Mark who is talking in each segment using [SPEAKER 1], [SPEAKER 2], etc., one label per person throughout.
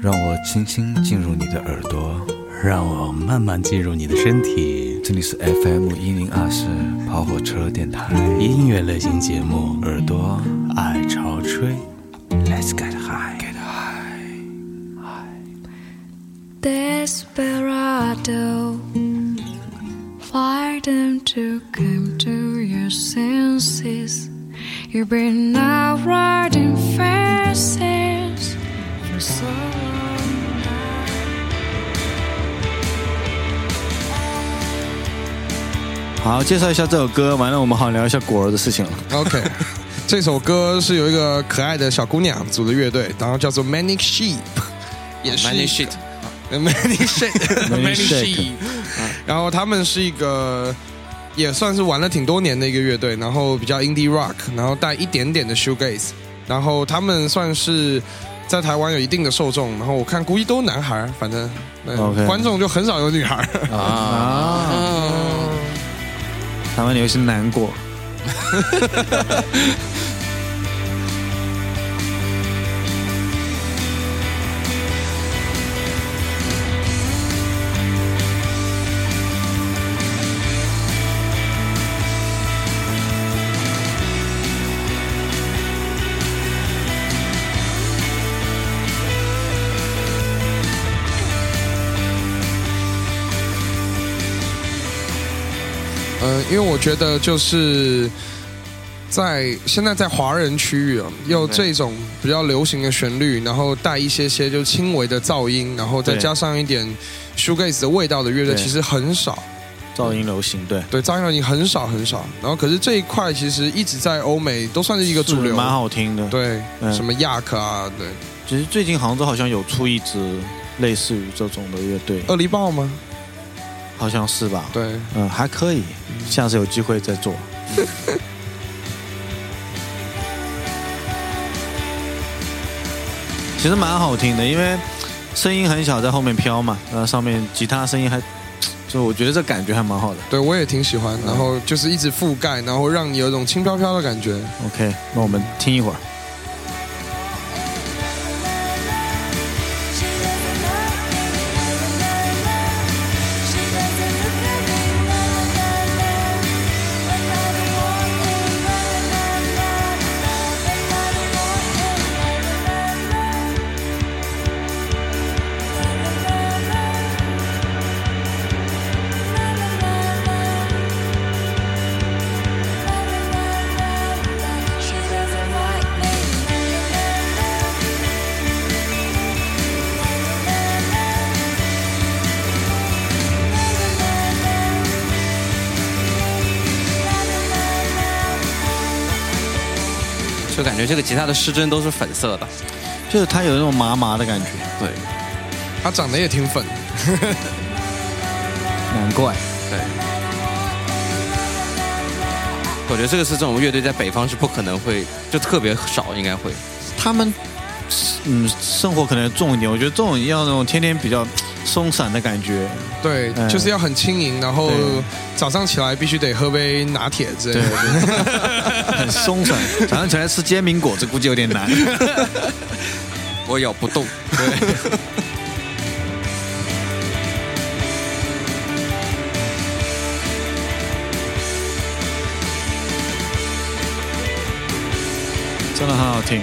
[SPEAKER 1] 让我轻轻进入你的耳朵。
[SPEAKER 2] 让我慢慢进入你的身体。
[SPEAKER 1] 这里是 FM 一零二四跑火车电台，
[SPEAKER 2] 音乐类型节目
[SPEAKER 1] 耳朵
[SPEAKER 2] 《爱潮吹》
[SPEAKER 1] ，Let's get high。Get
[SPEAKER 3] Desperado, fight them to come to your senses. You've been out riding fences for so long.
[SPEAKER 1] high。好，介绍一下这首歌，完了我们好聊一下果儿的事情 了。
[SPEAKER 4] OK，这首歌是由一个可爱的小姑娘组的乐队，然后叫做 Manic Sheep，也是呃
[SPEAKER 5] Money shit，
[SPEAKER 4] Manic Sheep，Manic
[SPEAKER 1] Shake
[SPEAKER 4] 然后他们是一个也算是玩了挺多年的一个乐队，然后比较 indie rock，然后带一点点的 shoegaze，然后他们算是在台湾有一定的受众，然后我看估计都是男孩儿，反正、嗯
[SPEAKER 1] OK
[SPEAKER 4] 观众就很少有女孩儿。
[SPEAKER 1] 啊
[SPEAKER 4] 啊
[SPEAKER 1] 台湾流行难过。
[SPEAKER 4] 嗯，因为我觉得就是在现在在华人区域啊，有这种比较流行的旋律，然后带一些些就轻微的噪音，然后再
[SPEAKER 1] 对
[SPEAKER 4] 加上一点 shoegaze 的味道的乐队，
[SPEAKER 1] 对
[SPEAKER 4] 其实很少。
[SPEAKER 1] 噪音流行，对，
[SPEAKER 4] 对，张靓颖很少很少。然后可是这一块其实一直在欧美都算是一个主
[SPEAKER 1] 是
[SPEAKER 4] 流，
[SPEAKER 1] 蛮好听的。
[SPEAKER 4] 对，
[SPEAKER 1] 嗯
[SPEAKER 4] 什么亚克啊，对，
[SPEAKER 1] 其实最近杭州好像有出一支类似于这种的乐队，
[SPEAKER 4] 恶力豹吗？
[SPEAKER 1] 好像是吧？
[SPEAKER 4] 对，
[SPEAKER 1] 嗯，还可以，下次有机会再 做。其实蛮好听的，因为声音很小，在后面飘嘛，然后上面吉他声音还，就我觉得这感觉还蛮好的。
[SPEAKER 4] 对我也挺喜欢。然后就是一直覆盖，然后让你有一种轻飘飘的感觉。
[SPEAKER 1] OK，那我们听一会儿。
[SPEAKER 5] 就感觉这个吉他的失真都是粉色的。
[SPEAKER 1] 就是它有那种麻麻的感觉，
[SPEAKER 5] 对
[SPEAKER 4] 他长得也挺粉，
[SPEAKER 1] 难怪。
[SPEAKER 5] 对，我觉得这个是这种乐队在北方是不可能会，就特别少，应该会。
[SPEAKER 1] 他们嗯，生活可能重一点。我觉得这种要那种天天比较松散的感 觉，
[SPEAKER 4] 对，
[SPEAKER 1] 嗯
[SPEAKER 4] 就是要很轻盈，然后
[SPEAKER 1] 对
[SPEAKER 4] 早上起来必须得喝杯拿铁之类
[SPEAKER 1] 对，
[SPEAKER 4] 的。
[SPEAKER 1] 很松散。早上起来吃煎饼果子估计有点难。
[SPEAKER 5] 我咬不动。
[SPEAKER 1] 真的很好听。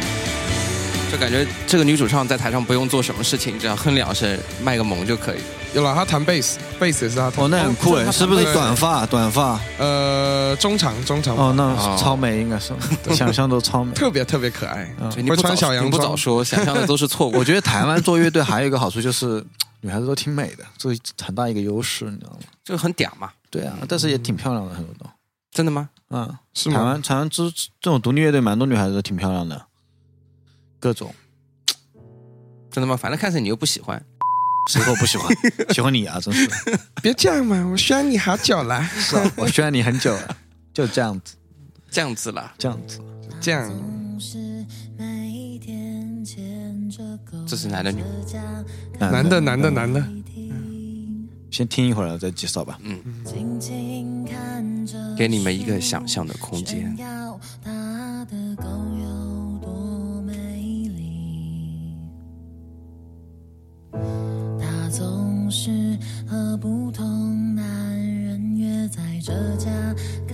[SPEAKER 5] 就感觉这个女主唱在台上不用做什么事情，只要哼两声、卖个萌就可以。
[SPEAKER 4] 有了，他弹贝斯，贝斯也是他弹。
[SPEAKER 1] 哦，那很酷哎，是不是
[SPEAKER 4] 对
[SPEAKER 1] 短发？短发
[SPEAKER 4] 呃，中长中长，
[SPEAKER 1] 哦，那
[SPEAKER 5] 哦
[SPEAKER 1] 超美应该是，想象都超美。
[SPEAKER 4] 特别特别可爱，
[SPEAKER 1] 哦
[SPEAKER 5] 所以你
[SPEAKER 4] 嗯会
[SPEAKER 5] 不
[SPEAKER 4] 穿
[SPEAKER 5] 早
[SPEAKER 4] 小洋
[SPEAKER 5] 你不早
[SPEAKER 4] 装。
[SPEAKER 5] 说，想象的都是错误。
[SPEAKER 1] 我觉得台湾做乐队还有一个好处就是，女孩子都挺美的，这是很大一个优势，你知道 吗？
[SPEAKER 5] 就很嗲嘛，
[SPEAKER 1] 对啊，但是也挺漂亮的，很多都。
[SPEAKER 5] 真的吗？
[SPEAKER 1] 嗯，
[SPEAKER 4] 是
[SPEAKER 1] 台
[SPEAKER 4] 吗？
[SPEAKER 1] 湾台湾这这种独立乐队，蛮多女孩子都挺漂亮的，各种。
[SPEAKER 5] 真的吗？反正看似你又不喜欢，
[SPEAKER 1] 谁说我不喜欢？ 喜欢你啊，真是！
[SPEAKER 4] 别这样嘛，我喜欢你好久了。
[SPEAKER 1] 是啊，我喜欢你很久了，就这样子，
[SPEAKER 5] 这样子啦。
[SPEAKER 1] 这样子。
[SPEAKER 4] 这样，
[SPEAKER 5] 这是男的女的？
[SPEAKER 4] 男的，男的，男的。
[SPEAKER 1] 先听一会儿再介绍吧。
[SPEAKER 5] 嗯
[SPEAKER 4] 嗯
[SPEAKER 5] 给你们一个想象的空间。
[SPEAKER 6] 是和不同男人约在这家咖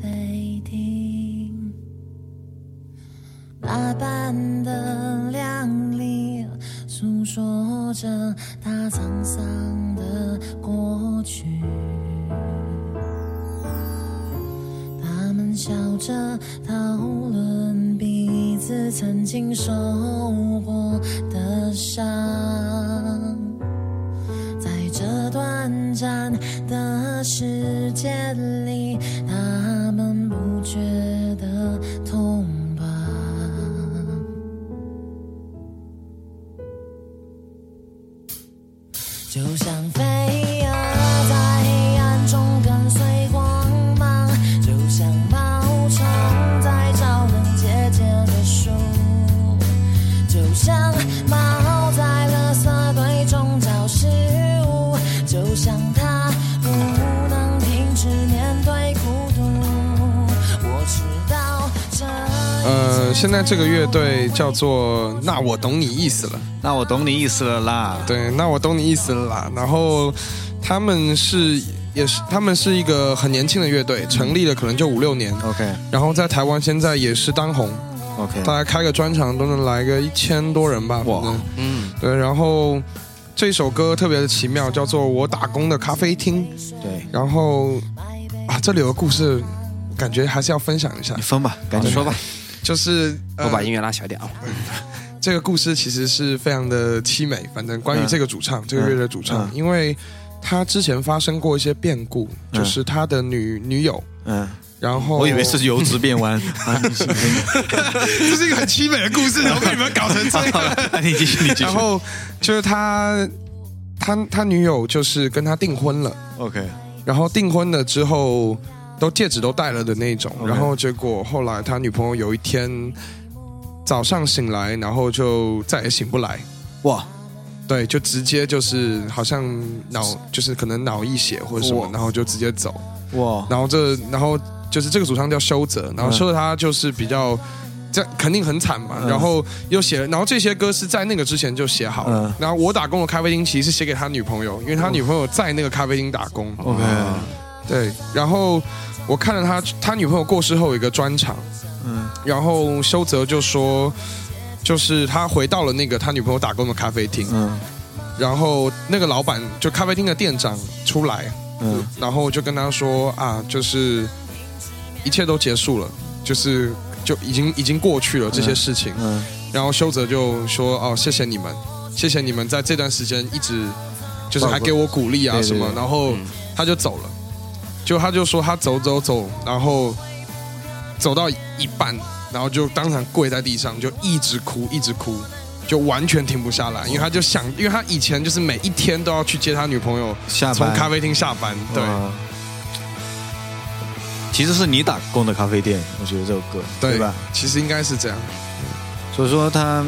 [SPEAKER 6] 啡厅。打扮的靓丽，诉说着她沧桑的过去。他们笑着讨论彼此曾经受过的伤，在这短暂的世界里，他们不觉得痛吧？就像飞蛾在黑暗中跟随光芒，就像毛虫在照亮姐姐的书，就像猫在垃圾堆中找食物，就像它不能停止面对孤独。我知道这
[SPEAKER 4] 呃，现在这个乐队叫做《那我懂你意思了》，
[SPEAKER 1] 那我懂你意思了啦。
[SPEAKER 4] 对，那我懂你意思了啦。然后他们是也是他们是一个很年轻的乐
[SPEAKER 1] 嗯
[SPEAKER 4] 队，成立了可能就五六年，
[SPEAKER 1] OK
[SPEAKER 4] 然后在台湾现在也是当红，
[SPEAKER 1] OK，
[SPEAKER 4] 大家开个专场都能来个一千多人吧。
[SPEAKER 1] 哇
[SPEAKER 4] 反正
[SPEAKER 5] 嗯，
[SPEAKER 4] 对，然后这首歌特别的奇妙，叫做《我打工的咖啡厅》。
[SPEAKER 1] 对
[SPEAKER 4] 然后啊，这里有个故事，感觉还是要分享一下
[SPEAKER 1] 你，分吧，赶
[SPEAKER 5] 你
[SPEAKER 1] 紧
[SPEAKER 5] 嗯说吧，
[SPEAKER 4] 就是、
[SPEAKER 5] 我把
[SPEAKER 4] 呃、
[SPEAKER 5] 音乐拉小点啊。
[SPEAKER 4] 这个故事其实是非常的凄美。反正关于
[SPEAKER 1] 嗯
[SPEAKER 4] 这个主唱，这个乐队的主唱，
[SPEAKER 1] 嗯
[SPEAKER 4] 因为他之前发生过一些变故，
[SPEAKER 1] 嗯
[SPEAKER 4] 就是他的女女友，
[SPEAKER 1] 嗯，
[SPEAKER 4] 然后
[SPEAKER 1] 我以为是由直变弯， 啊，你是
[SPEAKER 4] 这是一个很凄美的故事，然后被你们搞成这
[SPEAKER 1] 好
[SPEAKER 4] 样。
[SPEAKER 1] 了，啊那你继续，你继续
[SPEAKER 4] 然。后就是他，他他女友就是跟他订婚了。
[SPEAKER 1] OK，
[SPEAKER 4] 然后订婚了之后，都戒指都戴了的那种。
[SPEAKER 1] OK
[SPEAKER 4] 然后结果后来他女朋友有一天早上醒来，然后就再也醒不来。
[SPEAKER 1] 哇，
[SPEAKER 4] 对，就直接就是好像脑就是可能脑溢血或者什么
[SPEAKER 1] 哇，
[SPEAKER 4] 然后就直接走。
[SPEAKER 1] 哇，
[SPEAKER 4] 然后这然后就是这个主唱叫修泽，然后
[SPEAKER 1] 嗯
[SPEAKER 4] 修泽他就是比较。这肯定很惨嘛，
[SPEAKER 1] 嗯
[SPEAKER 4] 然后又写了，然后这些歌是在那个之前就写好了
[SPEAKER 1] 嗯。哦
[SPEAKER 4] 然后我打工的咖啡厅其实是写给他女朋友，因为他女朋友在那个咖啡厅打工。
[SPEAKER 1] OK，
[SPEAKER 4] 对，然后我看了他他女朋友过世后有一个专场，
[SPEAKER 1] 嗯
[SPEAKER 4] 然后修泽就说，就是他回到了那个他女朋友打工的咖啡厅，
[SPEAKER 1] 嗯
[SPEAKER 4] 然后那个老板就咖啡厅的店长出来，
[SPEAKER 1] 嗯
[SPEAKER 4] 然后就跟他说啊，就是一切都结束了，就是就已经已经过去了这些事情，
[SPEAKER 1] 嗯
[SPEAKER 4] 然后修泽就说哦，谢谢你们，谢谢你们在这段时间一直就是还给我鼓励啊
[SPEAKER 1] 对对
[SPEAKER 4] 什么，
[SPEAKER 1] 对
[SPEAKER 4] 然后
[SPEAKER 5] 嗯
[SPEAKER 4] 他就走了，就他就说他走走走，然后走到一半，然后就当场跪在地上，就一直哭一直哭，就完全停不下来，因为他就想，因为他以前就是每一天都要去接他女朋友
[SPEAKER 1] 下
[SPEAKER 4] 从
[SPEAKER 1] 班
[SPEAKER 4] 咖啡厅下班，对
[SPEAKER 1] 哇啊其实是你打工的咖啡店，我觉得这首歌对吧？
[SPEAKER 4] 其实应该是这样，
[SPEAKER 1] 所以说他，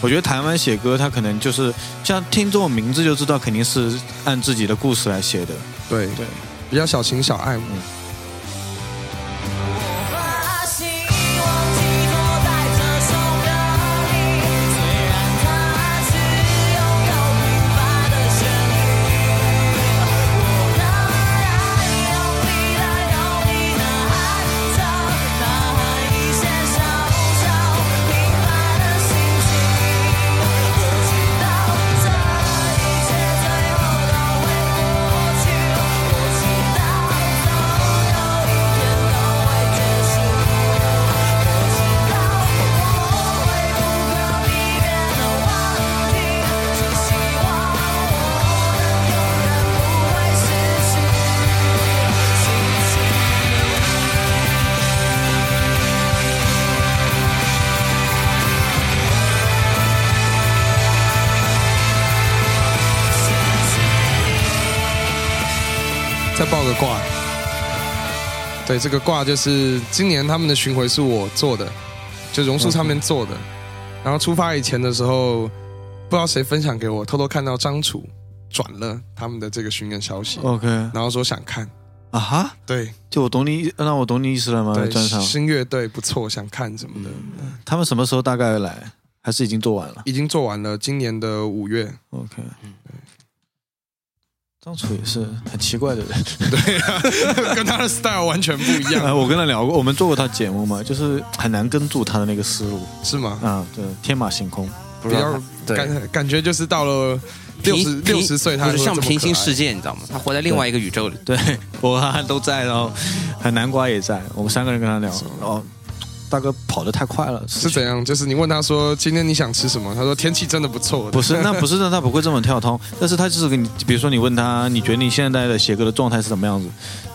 [SPEAKER 1] 我觉得台湾写歌，他可能就是像听这种名字就知道，肯定是按自己的故事来写的。
[SPEAKER 4] 对
[SPEAKER 1] 对，
[SPEAKER 4] 比较小情小爱嘛。
[SPEAKER 6] 把希望寄托在这首歌里，虽然它只拥有平凡的旋律。我的爱用力的、用力的喊着，呐喊一些小小平凡的心情。我知道这一切最后都会过去，我知道总有一天都会结束。
[SPEAKER 4] 再报个卦。对，这个卦就是今年他们的巡回是我做的，就榕树上面做的。然后出发以前的时候，不知道谁分享给我，偷偷看到张楚转了他们的这个巡演消息，
[SPEAKER 1] OK，
[SPEAKER 4] 然后说想看。
[SPEAKER 1] 啊哈，
[SPEAKER 4] 对
[SPEAKER 1] 就我懂你，那我懂你意思了吗？
[SPEAKER 4] 对，
[SPEAKER 1] 专场
[SPEAKER 4] 新乐队不错，想看什么的，
[SPEAKER 1] 他们什么时候大概来？还是已经做完了
[SPEAKER 4] 嗯已经做完了，今年的五月。
[SPEAKER 1] ？OK，张楚也是很奇怪的人。
[SPEAKER 4] 跟他的 style 完全不一
[SPEAKER 1] 呃，
[SPEAKER 4] 样，
[SPEAKER 1] 我跟他聊过，我们做过他节目嘛，就是很难跟住他的那个思路
[SPEAKER 4] 是吗？
[SPEAKER 1] 啊，对，天马行空。
[SPEAKER 5] 不
[SPEAKER 4] 比
[SPEAKER 5] 知
[SPEAKER 4] 较
[SPEAKER 5] 道他对
[SPEAKER 4] 感感觉就是到了六
[SPEAKER 5] 平
[SPEAKER 4] 十六十岁，他
[SPEAKER 5] 不是像平行世
[SPEAKER 4] 世，
[SPEAKER 5] 界，你知道吗？他活在另外一个宇宙里。
[SPEAKER 1] 对我和他都在，然后和南瓜也在，我们三个人跟他聊，然后大哥跑得太快了，
[SPEAKER 4] 是怎？样？就是你问他说今天你想吃什么，他说天气真的不错，
[SPEAKER 1] 不是，那不是让他不会这么跳通，但是他就是给你，比如说你问他，你觉得你现在的写歌的状态是什么样子，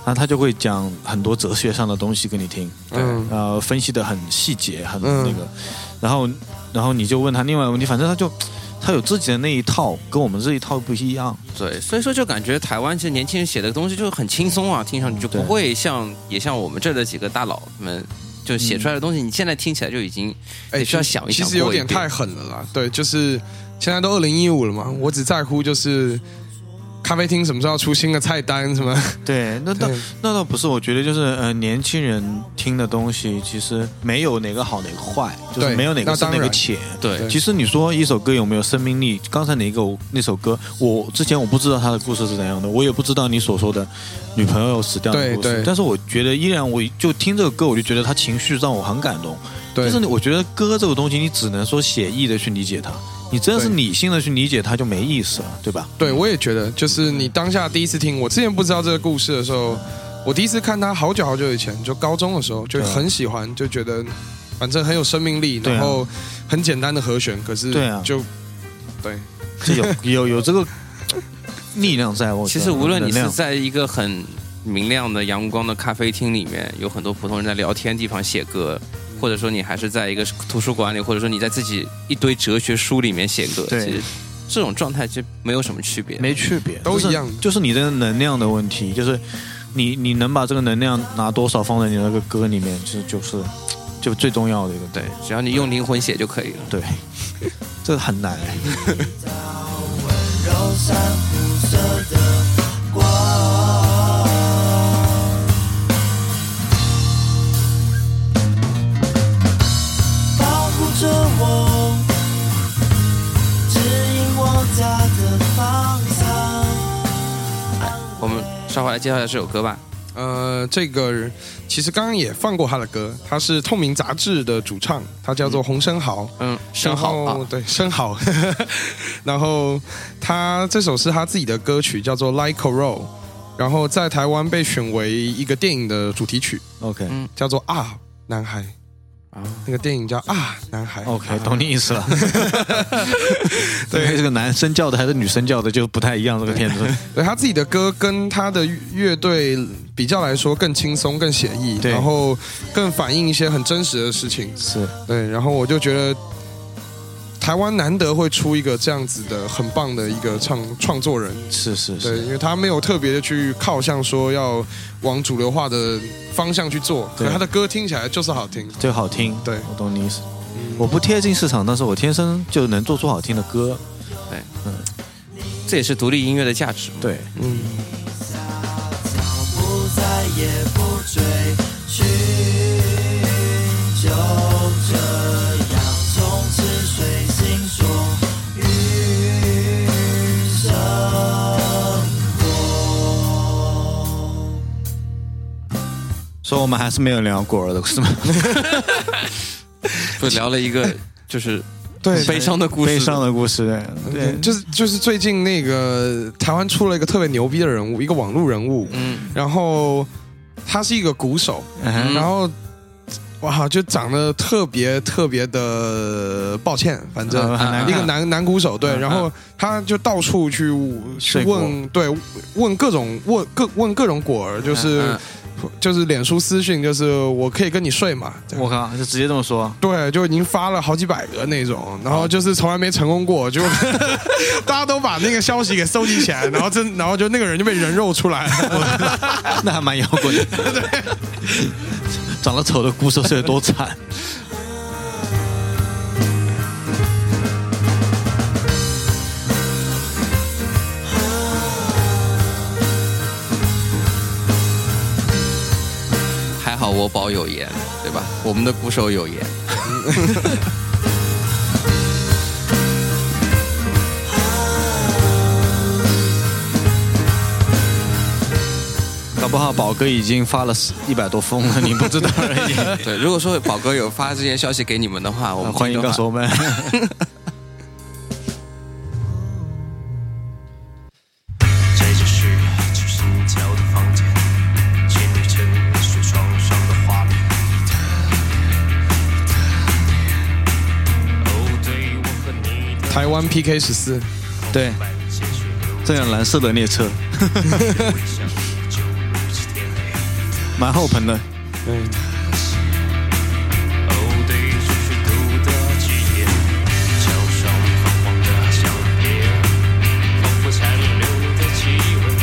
[SPEAKER 1] 然后他就会讲很多哲学上的东西给你听，
[SPEAKER 4] 嗯
[SPEAKER 1] 呃，分析的很细节，很
[SPEAKER 4] 嗯
[SPEAKER 1] 那个，然后然后你就问他另外一个问题，反正他就他有自己的那一套，跟我们这一套不一样，
[SPEAKER 5] 对，所以说就感觉台湾其实年轻人写的东西就很轻松啊，听上去就不
[SPEAKER 1] 对
[SPEAKER 5] 会像也像我们这儿的几个大佬们就写出来的东西，
[SPEAKER 1] 嗯
[SPEAKER 5] 你现在听起来就已经
[SPEAKER 4] 哎
[SPEAKER 5] 得需要想一
[SPEAKER 4] 其
[SPEAKER 5] 想。
[SPEAKER 4] 实有点
[SPEAKER 5] 过一
[SPEAKER 4] 太
[SPEAKER 5] 遍
[SPEAKER 4] 狠了啦。对，就是现在都二零一五了嘛，我只在乎就是咖啡厅什么时候要出新的菜单，什么
[SPEAKER 1] 对，那倒
[SPEAKER 4] 对
[SPEAKER 1] 那倒不是，我觉得就是呃，年轻人听的东西其实没有哪个好哪个坏，就是
[SPEAKER 4] 对
[SPEAKER 1] 没有哪个
[SPEAKER 4] 那
[SPEAKER 1] 深
[SPEAKER 4] 当
[SPEAKER 1] 哪个
[SPEAKER 4] 然
[SPEAKER 1] 浅。
[SPEAKER 5] 对
[SPEAKER 4] 对
[SPEAKER 1] 其实你说一首歌有没有生命力？刚才你一个那首歌，我之前我不知道它的故事是怎样的，我也不知道你所说的女朋友死掉的
[SPEAKER 4] 对
[SPEAKER 1] 故事
[SPEAKER 4] 对，
[SPEAKER 1] 但是我觉得依然，我就听这个歌，我就觉得它情绪让我很感动。
[SPEAKER 4] 对
[SPEAKER 1] 但是我觉得歌这个东西，你只能说写意的去理解它，你真的是
[SPEAKER 4] 对
[SPEAKER 1] 理性的去理解它就没意思了，对 吧？
[SPEAKER 4] 对，我也觉得，就是你当下第一次听，我之前不知道这个故事的时候，我第一次看他好久好久以前，就高中的时候，就
[SPEAKER 1] 对啊
[SPEAKER 4] 很喜欢，就觉得反正很有生命力，
[SPEAKER 1] 对啊
[SPEAKER 4] 然后很简单的和弦，可是
[SPEAKER 1] 对啊
[SPEAKER 4] 就
[SPEAKER 1] 这有有有这个力量在，我觉
[SPEAKER 5] 其
[SPEAKER 1] 得
[SPEAKER 5] 实无论
[SPEAKER 1] 能
[SPEAKER 5] 你是
[SPEAKER 1] 量
[SPEAKER 5] 在一个很明亮的阳光的咖啡厅里面，有很多普通人在聊天地方写歌，或者说你还是在一个图书馆里，或者说你在自己一堆哲学书里面写歌，
[SPEAKER 1] 对
[SPEAKER 5] 其实这种状态就没有什么区别。
[SPEAKER 1] 没区别，
[SPEAKER 4] 都
[SPEAKER 1] 就是
[SPEAKER 4] 一样
[SPEAKER 1] 就是你的能量的问题，就是你你能把这个能量拿多少放在你那个歌里面，是就是就最重要的一个
[SPEAKER 5] 对，只要你用灵魂写就可以了。
[SPEAKER 1] 对， 这个很难。
[SPEAKER 7] 保护着我，指引我家的方向。
[SPEAKER 5] 我们稍后来介绍一下这首歌吧。
[SPEAKER 4] 呃，这个其实刚刚也放过他的歌，他是透明杂志的主唱，他叫做洪生豪。
[SPEAKER 5] 嗯，生蚝
[SPEAKER 4] 然后
[SPEAKER 5] 啊，
[SPEAKER 4] 对，生蚝。 然后他这首是他自己的歌曲，叫做《Like a Roll》，然后在台湾被选为一个电影的主题曲，
[SPEAKER 1] OK
[SPEAKER 4] 叫做《啊男孩》。
[SPEAKER 5] 啊
[SPEAKER 4] 那个电影叫《啊男孩》。
[SPEAKER 1] OK，懂你意思了。对，这个男生叫的还是女生叫的就不太一样，这个片子。
[SPEAKER 4] 对他自己的歌跟他的乐队比较来说更轻松、更写意，
[SPEAKER 1] 对
[SPEAKER 4] 然后更反映一些很真实的事情。
[SPEAKER 1] 是，
[SPEAKER 4] 对，然后我就觉得台湾难得会出一个这样子的很棒的一个创创作人，
[SPEAKER 1] 是是
[SPEAKER 4] 对，
[SPEAKER 1] 是，
[SPEAKER 4] 因为他没有特别的去靠向说要往主流化的方向去做，
[SPEAKER 1] 对
[SPEAKER 4] 可他的歌听起来就是好听。
[SPEAKER 1] 最好听。
[SPEAKER 4] 对
[SPEAKER 1] 我懂你意思。我不贴近市场，但是我天生就能做出好听的歌。
[SPEAKER 5] 这也是独立音乐的价值。
[SPEAKER 1] 对，
[SPEAKER 4] 嗯，
[SPEAKER 7] 不再也不追寻，就这样从此随心所欲生活。
[SPEAKER 1] 所以我们还是没有聊果儿的，是吗？
[SPEAKER 5] 就聊了一 个就是
[SPEAKER 4] 对，
[SPEAKER 5] 悲伤的故事，
[SPEAKER 1] 悲伤的故事，对
[SPEAKER 4] 对，，就是就是最近那个台湾出了一个特别牛逼的人物，一个网络人物，
[SPEAKER 5] 嗯，
[SPEAKER 4] 然后他是一个鼓手，
[SPEAKER 1] 嗯哼
[SPEAKER 4] 然后哇，就长得特别特别的抱歉，反正
[SPEAKER 1] 呃很难
[SPEAKER 4] 一个
[SPEAKER 1] 看
[SPEAKER 4] 男男鼓手，对，
[SPEAKER 1] 嗯
[SPEAKER 4] 然后他就到处去去
[SPEAKER 1] 睡果
[SPEAKER 4] 问，对，问各种问各问各种果儿，就是
[SPEAKER 5] 嗯
[SPEAKER 4] 就是脸书私讯，就是我可以跟你睡嘛，这样
[SPEAKER 1] 我靠，就直接这么 说。
[SPEAKER 4] 对，就已经发了好几百个那种，然后就是从来没成功过，就 大家都把那个消息给收集起来，然后真，然后就那个人就被人肉出来了，
[SPEAKER 1] 那还蛮摇滚的。对，长得丑的鼓手是有多惨？
[SPEAKER 5] 还好我保有颜，对吧？我们的鼓手 有颜，
[SPEAKER 7] 啊，
[SPEAKER 1] 不好？宝哥已经发了一百多封 了，你不知道而已。
[SPEAKER 5] 对，如果说宝哥有发这些消息给你们的话，我们
[SPEAKER 1] 啊欢迎告诉我们。
[SPEAKER 8] 这就是去新桥的房间，情侣成水床上的画面。哦，对，我和你的
[SPEAKER 4] 台湾 PK 十四，
[SPEAKER 1] 对，
[SPEAKER 8] 伴鲜血流
[SPEAKER 1] 这辆蓝色的列车
[SPEAKER 8] 的微笑，就如是天黑。
[SPEAKER 1] 蛮厚盆的，
[SPEAKER 4] 嗯，
[SPEAKER 8] 哦，对，是虚度的记忆，桥上泛黄的相片，仿佛残留的气味，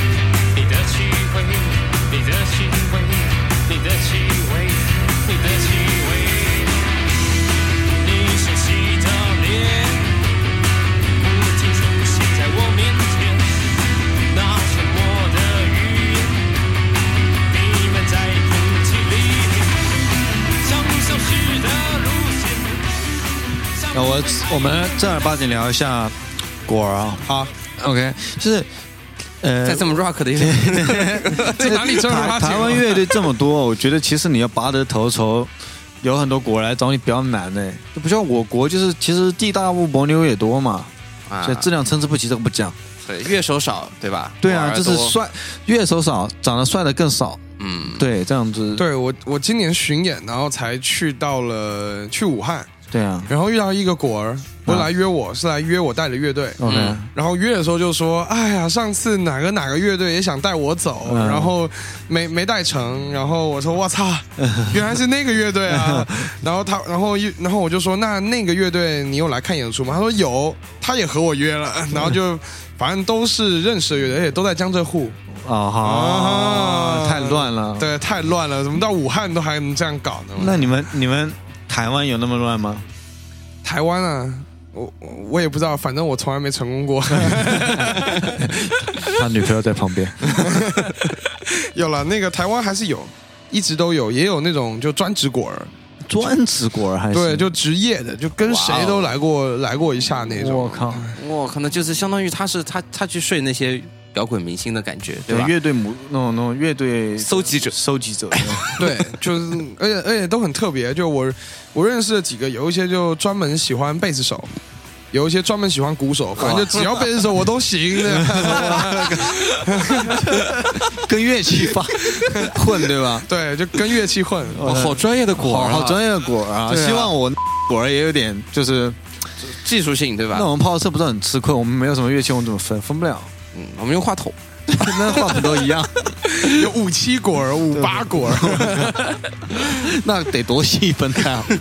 [SPEAKER 8] 你的气味，你的气味，你的气味，你的气味，你熟悉的脸，不停出现在我面前，那沉默的语言，弥漫在空气里。像消失的路线。
[SPEAKER 1] 那我我们正儿八经聊一下果儿啊。
[SPEAKER 4] 好，
[SPEAKER 1] OK，就是 呃，
[SPEAKER 5] 在这么 rock 的 一个
[SPEAKER 4] 这哪里正儿
[SPEAKER 1] 台
[SPEAKER 4] 八经啊？
[SPEAKER 1] 台湾乐队这么多，我觉得其实你要拔得头筹，有很多国来找你比较难的，就不像我国，就是其实地大物博，牛也多嘛，
[SPEAKER 5] 啊
[SPEAKER 1] 所以质量参差不齐，这个不讲。
[SPEAKER 5] 对乐手少，对吧？
[SPEAKER 1] 对啊，
[SPEAKER 5] 玩儿
[SPEAKER 1] 就
[SPEAKER 5] 多
[SPEAKER 1] 是帅，乐手少，长得帅的更少，
[SPEAKER 5] 嗯，
[SPEAKER 1] 对，这样子，
[SPEAKER 4] 对我，我今年巡演，然后才去到了去武汉，
[SPEAKER 1] 对啊
[SPEAKER 4] 然后遇到一个果儿，不是来约我，是来约我带的乐队。
[SPEAKER 1] ，OK，
[SPEAKER 5] 嗯
[SPEAKER 4] 然后约的时候就说：“哎呀，上次哪个哪个乐队也想带我走，
[SPEAKER 1] 嗯
[SPEAKER 4] 然后没没带成。”然后我说：“我操，原来是那个乐队啊！”然后他，然后一，然后我就说：“那那个乐队你有来看演出吗？”他说：“有，他也和我约了。”然后就反正都是认识的乐队，而且都在江浙沪。
[SPEAKER 1] 啊哈，
[SPEAKER 4] 啊
[SPEAKER 1] 太乱了。，
[SPEAKER 4] 对，太乱了，怎么到武汉都还能这样搞呢？
[SPEAKER 1] 那你们你们台湾有那么乱吗？
[SPEAKER 4] 台湾啊，我我我也不知道，反正我从来没成功过。
[SPEAKER 1] 他女朋友在旁边，
[SPEAKER 4] 有了那个台湾还是有，一直都有，也有那种就专职果儿，
[SPEAKER 1] 专职果儿还是
[SPEAKER 4] 对，就职业的，就跟谁
[SPEAKER 1] 哦
[SPEAKER 4] 都来过、来过一下那种。
[SPEAKER 1] 我靠，
[SPEAKER 5] 我可能就是相当于他是他他去睡那些摇滚明星的感觉，对
[SPEAKER 1] 对
[SPEAKER 5] 吧？
[SPEAKER 1] 乐队母那种那种乐队
[SPEAKER 5] 搜集者
[SPEAKER 1] 收集者，
[SPEAKER 4] 对， 就是，而且而且都很特别。就我我认识的几个，有一些就专门喜欢贝斯手，有一些专门喜欢鼓手，反正就只要贝斯手我都行的。
[SPEAKER 1] 跟乐器 发混对吧？
[SPEAKER 4] 对，就跟乐器混。
[SPEAKER 5] 哦好专业的果儿啊
[SPEAKER 1] 好专业的果儿啊！
[SPEAKER 4] 对啊
[SPEAKER 1] 希望我果儿也有点就是，
[SPEAKER 5] 技术性，对吧
[SPEAKER 1] 那？我们泡车不是很吃亏，我们没有什么乐器，我们怎么分？分不了，
[SPEAKER 5] 嗯，我们用话筒，
[SPEAKER 1] 那话筒都一样，
[SPEAKER 4] 有五七果儿、五八果儿。
[SPEAKER 1] 那得多细分啊！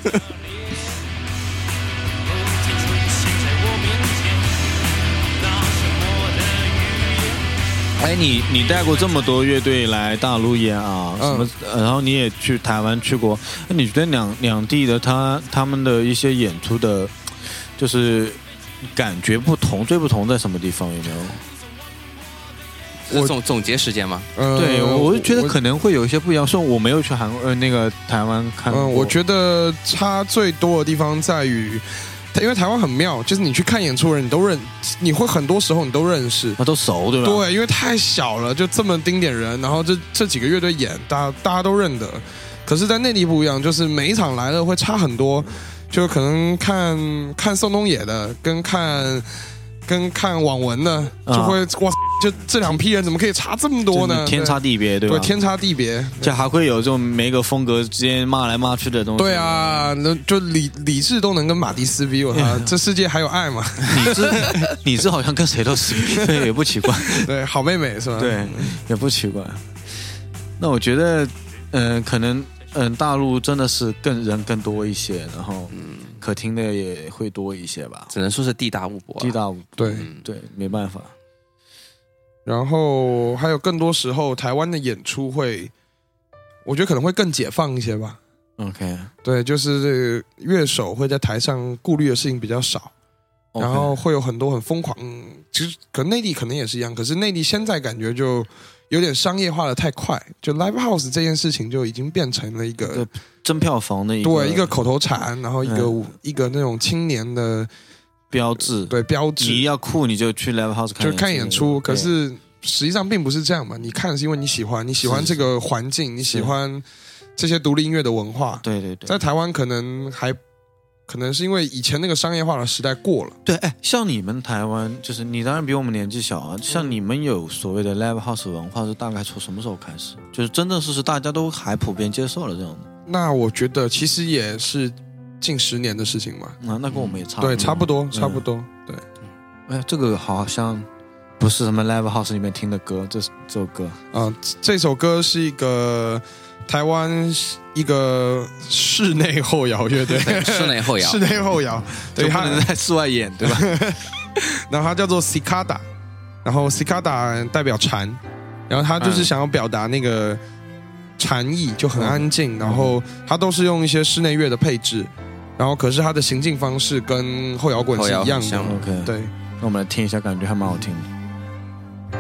[SPEAKER 1] 哎，你你带过这么多乐队来大陆演啊，什么？呃然后你也去台湾去过，那你觉得两两地的他他们的一些演出的，就是感觉不同，最不同在什么地方？有没有？
[SPEAKER 5] 是总总结时间吗？
[SPEAKER 4] 呃
[SPEAKER 1] 对，我我就觉得可能会有一些不一样。虽然我没有去韩呃那个台湾看过，
[SPEAKER 4] 嗯，我觉得差最多的地方在于，因为台湾很妙，就是你去看演出的人，你都认，你会很多时候你都认识。
[SPEAKER 1] 啊都熟对吧？
[SPEAKER 4] 对，因为太小了，就这么丁点人，然后这这几个乐队演，大家大家都认得。可是，在内地不一样，就是每一场来了会差很多，就可能看看宋冬野的，跟看跟看网文的，就会、哇，就这两批人怎么可以差这么多
[SPEAKER 1] 啊真的
[SPEAKER 4] 呢？
[SPEAKER 1] 天差地别啊对
[SPEAKER 4] 对
[SPEAKER 1] 吧？
[SPEAKER 4] 天差地别，
[SPEAKER 1] 就还会有这种每个风格之间骂来骂去的东西。
[SPEAKER 4] 对，啊，那就理理智都能跟马蒂斯 比我他，这世界还有爱嘛？
[SPEAKER 1] 你这 你这好像跟谁都是，对，也不奇怪，
[SPEAKER 4] 对，好妹妹是吧？，
[SPEAKER 1] 对，也不奇怪。那我觉得，嗯、可能嗯、大陆真的是更人更多一些，然后
[SPEAKER 4] 嗯
[SPEAKER 1] 可听的也会多一些吧。
[SPEAKER 5] 只能说是地大物博啊。
[SPEAKER 1] 地大物
[SPEAKER 4] 对
[SPEAKER 5] 嗯，
[SPEAKER 1] 对，没办法。
[SPEAKER 4] 然后还有更多时候，台湾的演出会，我觉得可能会更解放一些吧。
[SPEAKER 1] OK，
[SPEAKER 4] 对，就是这个乐手会在台上顾虑的事情比较少，然后会有很多很疯狂。其实可能内地可能也是一样，可是内地现在感觉就有点商业化的太快，就 live house 这件事情就已经变成了一个
[SPEAKER 1] 对真票房的一
[SPEAKER 4] 对一个口头禅，然后一个、
[SPEAKER 1] 嗯
[SPEAKER 4] 一个那种青年的
[SPEAKER 1] 标志，
[SPEAKER 4] 对标
[SPEAKER 1] 你
[SPEAKER 4] 志，
[SPEAKER 1] 要酷你就去 live house 看
[SPEAKER 4] 就是看演出。可是实际上并不是这样嘛。你看是因为你喜欢，你喜欢这个环境，你喜欢这些独立音乐的文化。
[SPEAKER 1] 对对对，
[SPEAKER 4] 在台湾可能还可能是因为以前那个商业化的时代过了，
[SPEAKER 1] 对，哎，像你们台湾，就是你当然比我们年纪小
[SPEAKER 4] 嗯
[SPEAKER 1] 啊，像你们有所谓的 live house 文化是大概从什么时候开始？就是真正是是大家都还普遍接受了这种的，
[SPEAKER 4] 那我觉得其实也是近十年的事情嘛。
[SPEAKER 1] 那、那跟我们也差
[SPEAKER 4] 嗯对，差不
[SPEAKER 1] 多。嗯
[SPEAKER 4] 多，差不多。对，
[SPEAKER 1] 哎，这个好像不是什么 live house 里面听的歌，这这首歌
[SPEAKER 4] 啊、这首歌是一个台湾一个室内后摇乐队，
[SPEAKER 5] 对，室内后摇
[SPEAKER 4] 室，内后摇，对，
[SPEAKER 1] 就不
[SPEAKER 4] 它
[SPEAKER 1] 能在室外演， 对吧？
[SPEAKER 4] 然后它叫做 cicada，然后 cicada 代表蝉，然后它就是
[SPEAKER 1] 嗯
[SPEAKER 4] 想要表达那个蝉意，就很安静，然后它都是用一些室内乐的配置，然后可是它的行进方式跟后摇滚
[SPEAKER 5] 后
[SPEAKER 4] 是
[SPEAKER 5] 摇
[SPEAKER 4] 一样
[SPEAKER 5] 很
[SPEAKER 4] 的
[SPEAKER 5] 像，
[SPEAKER 1] 嗯 OK，，
[SPEAKER 4] 对，
[SPEAKER 1] 那我们来听一下，感觉还蛮好听的。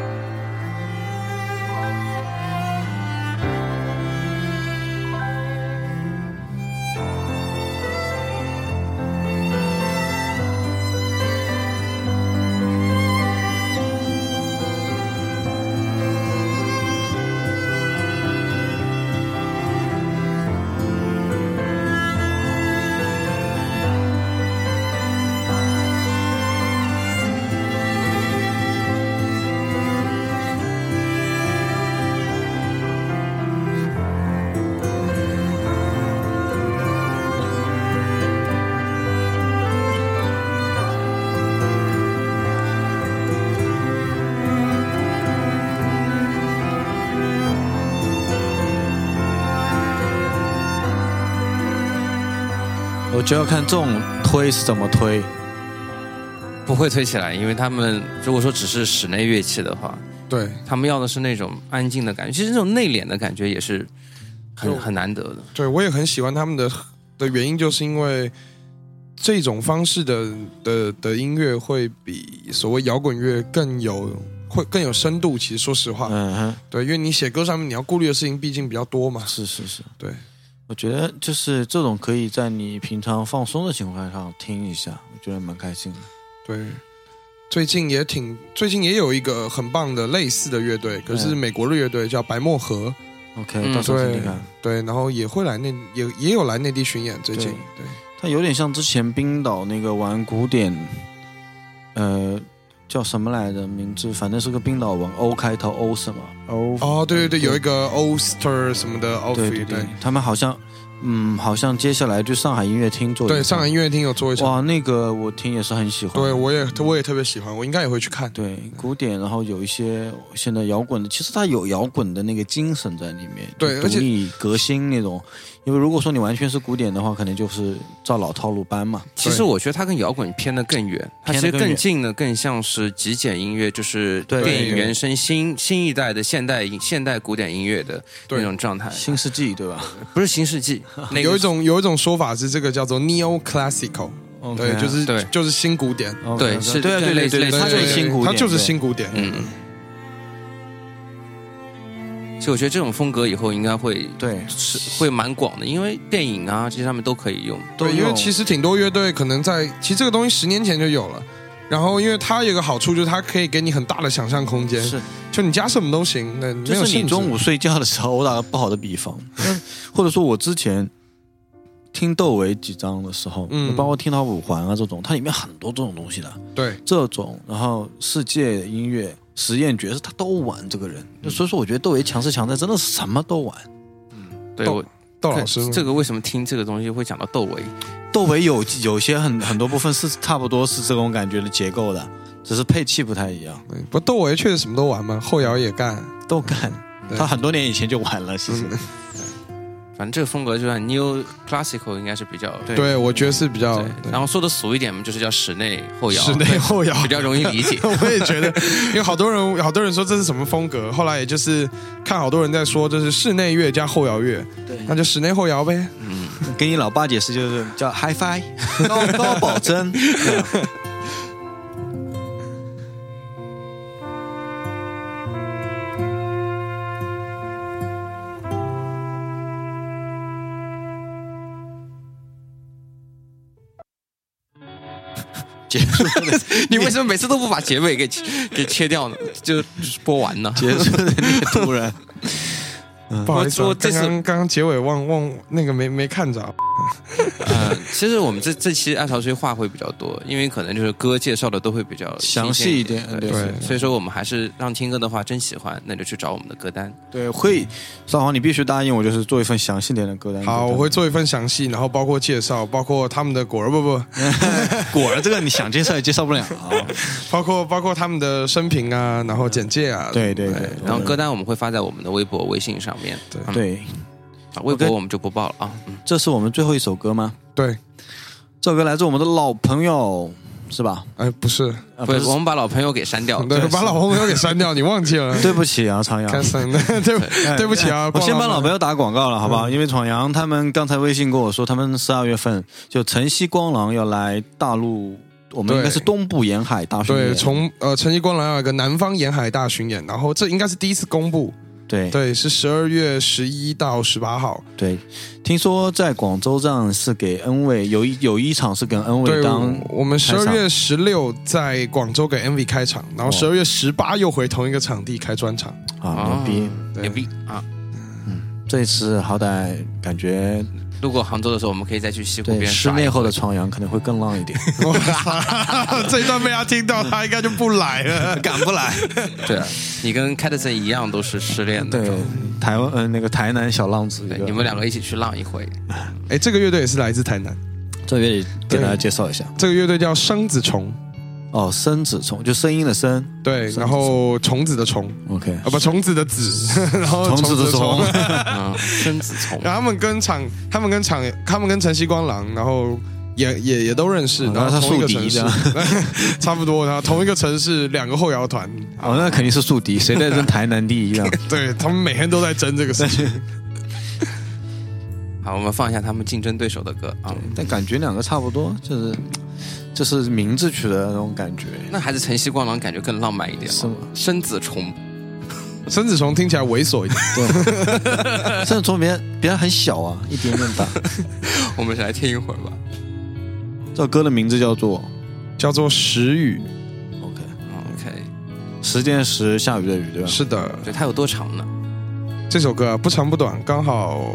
[SPEAKER 1] 我就要看这种推是怎么推，
[SPEAKER 5] 不会推起来，因为他们如果说只是室内乐器的话，
[SPEAKER 4] 对，
[SPEAKER 5] 他们要的是那种安静的感觉，其实那种内敛的感觉也是很
[SPEAKER 4] 就
[SPEAKER 5] 很难得的。
[SPEAKER 4] 对我也很喜欢他们的的原因，就是因为这种方式的的的音乐会比所谓摇滚乐更有会更有深度。其实说实话，
[SPEAKER 1] 嗯哼，
[SPEAKER 4] 对，因为你写歌上面你要顾虑的事情毕竟比较多嘛。
[SPEAKER 1] 是是是，
[SPEAKER 4] 对。
[SPEAKER 1] 我觉得就是这种可以在你平常放松的情况下听一下，我觉得蛮开心的。
[SPEAKER 4] 对，最近也挺最近也有一个很棒的类似的乐队，可是
[SPEAKER 1] 嗯
[SPEAKER 4] 美国的乐队叫白漠河，
[SPEAKER 1] OK，、
[SPEAKER 5] 嗯
[SPEAKER 1] 到时候听
[SPEAKER 4] 对
[SPEAKER 1] 听看。
[SPEAKER 4] 对，然后也会来内也也有来内地巡演，最近对
[SPEAKER 1] 它有点像之前冰岛那个玩古典，呃，叫什么来着？名字反正是个冰岛文，O 开头，O 什么？O
[SPEAKER 4] 哦，对对对，
[SPEAKER 1] 对
[SPEAKER 4] 有一个 Oster 什么的 o f
[SPEAKER 1] 对
[SPEAKER 4] f
[SPEAKER 1] 对对
[SPEAKER 4] 对，
[SPEAKER 1] 他们好像，嗯，好像接下来就上海音乐厅做一
[SPEAKER 4] 对，
[SPEAKER 1] 场
[SPEAKER 4] 上海音乐厅有做一场。
[SPEAKER 1] 哇，那个我听也是很喜欢。
[SPEAKER 4] 对，我也我也特别喜欢，我应该也会去看。
[SPEAKER 1] 对古典，然后有一些现在摇滚的，其实它有摇滚的那个精神在里面，
[SPEAKER 4] 对
[SPEAKER 1] 就
[SPEAKER 4] 而且
[SPEAKER 1] 独立革新那种。因为如果说你完全是古典的话，可能就是照老套路搬嘛。
[SPEAKER 5] 其实我觉得它跟摇滚偏得更远，它其
[SPEAKER 1] 偏
[SPEAKER 5] 实
[SPEAKER 1] 得更远
[SPEAKER 5] 更近的更像是极简音乐，就是
[SPEAKER 1] 对
[SPEAKER 5] 电
[SPEAKER 4] 对
[SPEAKER 5] 影
[SPEAKER 4] 对
[SPEAKER 5] 原声新新一代的现代现代古典音乐的
[SPEAKER 4] 对
[SPEAKER 5] 那种状
[SPEAKER 4] 哎
[SPEAKER 5] 态，
[SPEAKER 1] 新世纪对吧？
[SPEAKER 5] 不是新世纪， 那个
[SPEAKER 4] 有一种有一种说法是这个叫做 neo classical，对，就是
[SPEAKER 5] 对
[SPEAKER 4] 就是新古典，
[SPEAKER 5] 对
[SPEAKER 1] OK，
[SPEAKER 5] 是
[SPEAKER 1] 对啊对
[SPEAKER 5] 对类
[SPEAKER 1] 对
[SPEAKER 5] 似类
[SPEAKER 1] 对，
[SPEAKER 5] 似
[SPEAKER 1] 它就是
[SPEAKER 5] 对
[SPEAKER 1] 新古典，
[SPEAKER 4] 它就是
[SPEAKER 1] 对
[SPEAKER 4] 新古典，
[SPEAKER 5] 嗯。所以我觉得这种风格以后应该会
[SPEAKER 1] 对，
[SPEAKER 5] 是会蛮广的，因为电影啊这些上面都可以用。
[SPEAKER 1] 都
[SPEAKER 4] 对，因为
[SPEAKER 1] 有
[SPEAKER 4] 其实挺多乐队可能在，其实这个东西十年前就有了。然后，因为它有一个好处，就是它可以给你很大的想象空间，
[SPEAKER 1] 是
[SPEAKER 4] 就你加什么都行，那没
[SPEAKER 1] 就
[SPEAKER 4] 有
[SPEAKER 1] 是嗯
[SPEAKER 4] 限
[SPEAKER 1] 你
[SPEAKER 4] 制。
[SPEAKER 1] 中午睡觉的时候，我打个不好的比方，或者说我之前听窦唯几张的时候，
[SPEAKER 4] 嗯
[SPEAKER 1] 包括听到五环啊这种，它里面很多这种东西的，
[SPEAKER 4] 对
[SPEAKER 1] 这种，然后世界音乐实验爵士，他都玩这个人，所以说我觉得窦唯强是强在真的是什么都玩。
[SPEAKER 5] 对
[SPEAKER 4] 懂
[SPEAKER 5] 我
[SPEAKER 4] 窦老师，
[SPEAKER 5] 这个为什么听这个东西会讲到窦唯？
[SPEAKER 1] 窦唯有有些很很多部分是差不多是这种感觉的结构的，只是配器不太一样，
[SPEAKER 4] 嗯不窦唯确实什么都玩嘛，后摇也干。
[SPEAKER 1] 都干。
[SPEAKER 4] 对
[SPEAKER 1] 他很多年以前就玩了，其实。
[SPEAKER 5] 反正这个风格就像 new classical 应该是比较对
[SPEAKER 4] 对，我觉得是比较对
[SPEAKER 5] 然后说的俗一点嘛，就是叫室内后摇，
[SPEAKER 4] 室 内后摇。
[SPEAKER 5] 比较容易理解
[SPEAKER 4] 我也觉得，因为好多人，好多人说这是什么风格，后来也就是看好多人在说，就是室内乐加后摇乐，那就室内后摇呗。
[SPEAKER 1] 给你老爸解释就是叫 HiFi，高 高保 真。
[SPEAKER 5] 结束的 你为什么每次都不把结尾给给切掉呢？就播完呢？
[SPEAKER 1] 结束的那个突然，
[SPEAKER 4] 不好意思啊、
[SPEAKER 5] 我说这
[SPEAKER 4] 刚
[SPEAKER 5] 次
[SPEAKER 4] 刚刚刚结尾忘忘那个没没看着，
[SPEAKER 5] 嗯，其实我们这这期爱潮吹话会比较多，因为可能就是歌介绍的都会比较
[SPEAKER 1] 详细一点
[SPEAKER 5] 新鲜
[SPEAKER 1] 对
[SPEAKER 5] 对
[SPEAKER 4] 对
[SPEAKER 5] 所以说我们还是让听歌的话真喜欢，那就去找我们的歌单。
[SPEAKER 1] 对，会，少皇，你必须答应我，就是做一份详细点的歌单。
[SPEAKER 4] 好，
[SPEAKER 1] 对
[SPEAKER 4] 我会。做一份详细，然后包括介绍，包括他们的果儿不不，
[SPEAKER 1] 果然，这个你想介绍也介绍 不了。
[SPEAKER 4] 包括包括他们的生平啊，然后简介啊，
[SPEAKER 1] 对对对，
[SPEAKER 5] 然后歌单我们会发在我们的微博、微信上面。
[SPEAKER 4] 对
[SPEAKER 5] 嗯
[SPEAKER 1] 对，
[SPEAKER 5] 啊微博
[SPEAKER 1] OK
[SPEAKER 5] 我们就不报了啊。嗯
[SPEAKER 1] 这是我们最后一首歌吗？
[SPEAKER 4] 对，
[SPEAKER 1] 这首歌来自我们的老朋友，是吧？
[SPEAKER 4] 哎，不是，
[SPEAKER 1] 啊
[SPEAKER 5] 不是，我们把老朋友给删掉。
[SPEAKER 4] 对，把老朋友给删掉，你忘记了
[SPEAKER 1] 哦 。对不起啊，长阳。
[SPEAKER 4] 看删了， 对不对不起啊！
[SPEAKER 1] 我先帮老朋
[SPEAKER 4] 友
[SPEAKER 1] 友打广告了，好不好？因为闯阳他们刚才微信跟我说，他们十二月份就晨曦光廊要来大陆，我们
[SPEAKER 4] 对
[SPEAKER 1] 应该是东部沿海大巡演
[SPEAKER 4] 对，从呃晨曦光廊有一个南方沿海大巡演，然后这应该是第一次公布，
[SPEAKER 1] 对
[SPEAKER 4] 对，是十二月十一到十八号，
[SPEAKER 1] 对，听说在广州站是给恩卫有一有一场是跟恩
[SPEAKER 4] 对
[SPEAKER 1] 卫当，
[SPEAKER 4] 我们十
[SPEAKER 1] 开
[SPEAKER 4] 二
[SPEAKER 1] 场
[SPEAKER 4] 月十六在广州给 MV 开场，然后
[SPEAKER 1] 哦
[SPEAKER 4] 十二月十八又回同一个场地开专场，
[SPEAKER 1] 啊牛逼！
[SPEAKER 4] 对
[SPEAKER 5] 牛逼啊！
[SPEAKER 1] 这次好歹感觉
[SPEAKER 5] 路过杭州的时候，我们可以再去西湖
[SPEAKER 1] 对
[SPEAKER 5] 边
[SPEAKER 1] 室
[SPEAKER 5] 耍一
[SPEAKER 1] 内
[SPEAKER 5] 会
[SPEAKER 1] 后的
[SPEAKER 5] 儿
[SPEAKER 1] 闯阳可能会更浪 一点。
[SPEAKER 4] 这一段被他听到，他应该就不来了，赶不来。
[SPEAKER 5] 对啊，你跟 c a t s o n 一样都是失恋的。
[SPEAKER 1] 对，台湾呃那个台南小浪子一个，
[SPEAKER 5] 对，你们两个一起去浪一回。
[SPEAKER 4] 哎，这个乐队也是来自台南，
[SPEAKER 1] 这边也给大家介绍一下
[SPEAKER 4] 这个乐队叫生子虫，
[SPEAKER 1] 哦，声子虫就声音的声生
[SPEAKER 4] 对，
[SPEAKER 1] 子虫
[SPEAKER 4] 然后虫子的虫
[SPEAKER 1] ，OK，
[SPEAKER 5] 哦
[SPEAKER 4] 啊，不，虫子的子， 然后
[SPEAKER 1] 虫子的虫
[SPEAKER 4] 虫。
[SPEAKER 5] 嗯，生子从
[SPEAKER 4] 然后他们跟厂，他们跟厂，他们跟晨曦光廊，然后也也也都认识，
[SPEAKER 1] 哦
[SPEAKER 4] 然后
[SPEAKER 1] 那他
[SPEAKER 4] 同一个
[SPEAKER 1] 宿敌
[SPEAKER 4] 城市， 差不多，然后同一个城市两个后摇团，
[SPEAKER 1] 哦，那肯定是宿 敌，谁在争台南第一啊？
[SPEAKER 4] 对他们每天都在争这个事 情。
[SPEAKER 5] 好，我们放一下他们竞争对手的歌啊。
[SPEAKER 1] 但感觉两个差不多，就是就是名字取的那种感觉，
[SPEAKER 5] 那还是晨曦光廊感觉更浪漫一点、哦，
[SPEAKER 1] 是吗？
[SPEAKER 5] 生子虫，
[SPEAKER 4] 生子虫听起来猥琐一点，
[SPEAKER 1] 甚至从别人别人很小啊，一点点大。
[SPEAKER 5] 我们来听一会儿吧。
[SPEAKER 1] 这首歌的名字叫做
[SPEAKER 4] 叫做时雨，
[SPEAKER 1] OK，
[SPEAKER 5] 嗯 OK，
[SPEAKER 1] 时间时下雨的雨，对吧？
[SPEAKER 4] 是的，
[SPEAKER 5] 对，它有多长呢？
[SPEAKER 4] 这首歌啊不长不短，刚好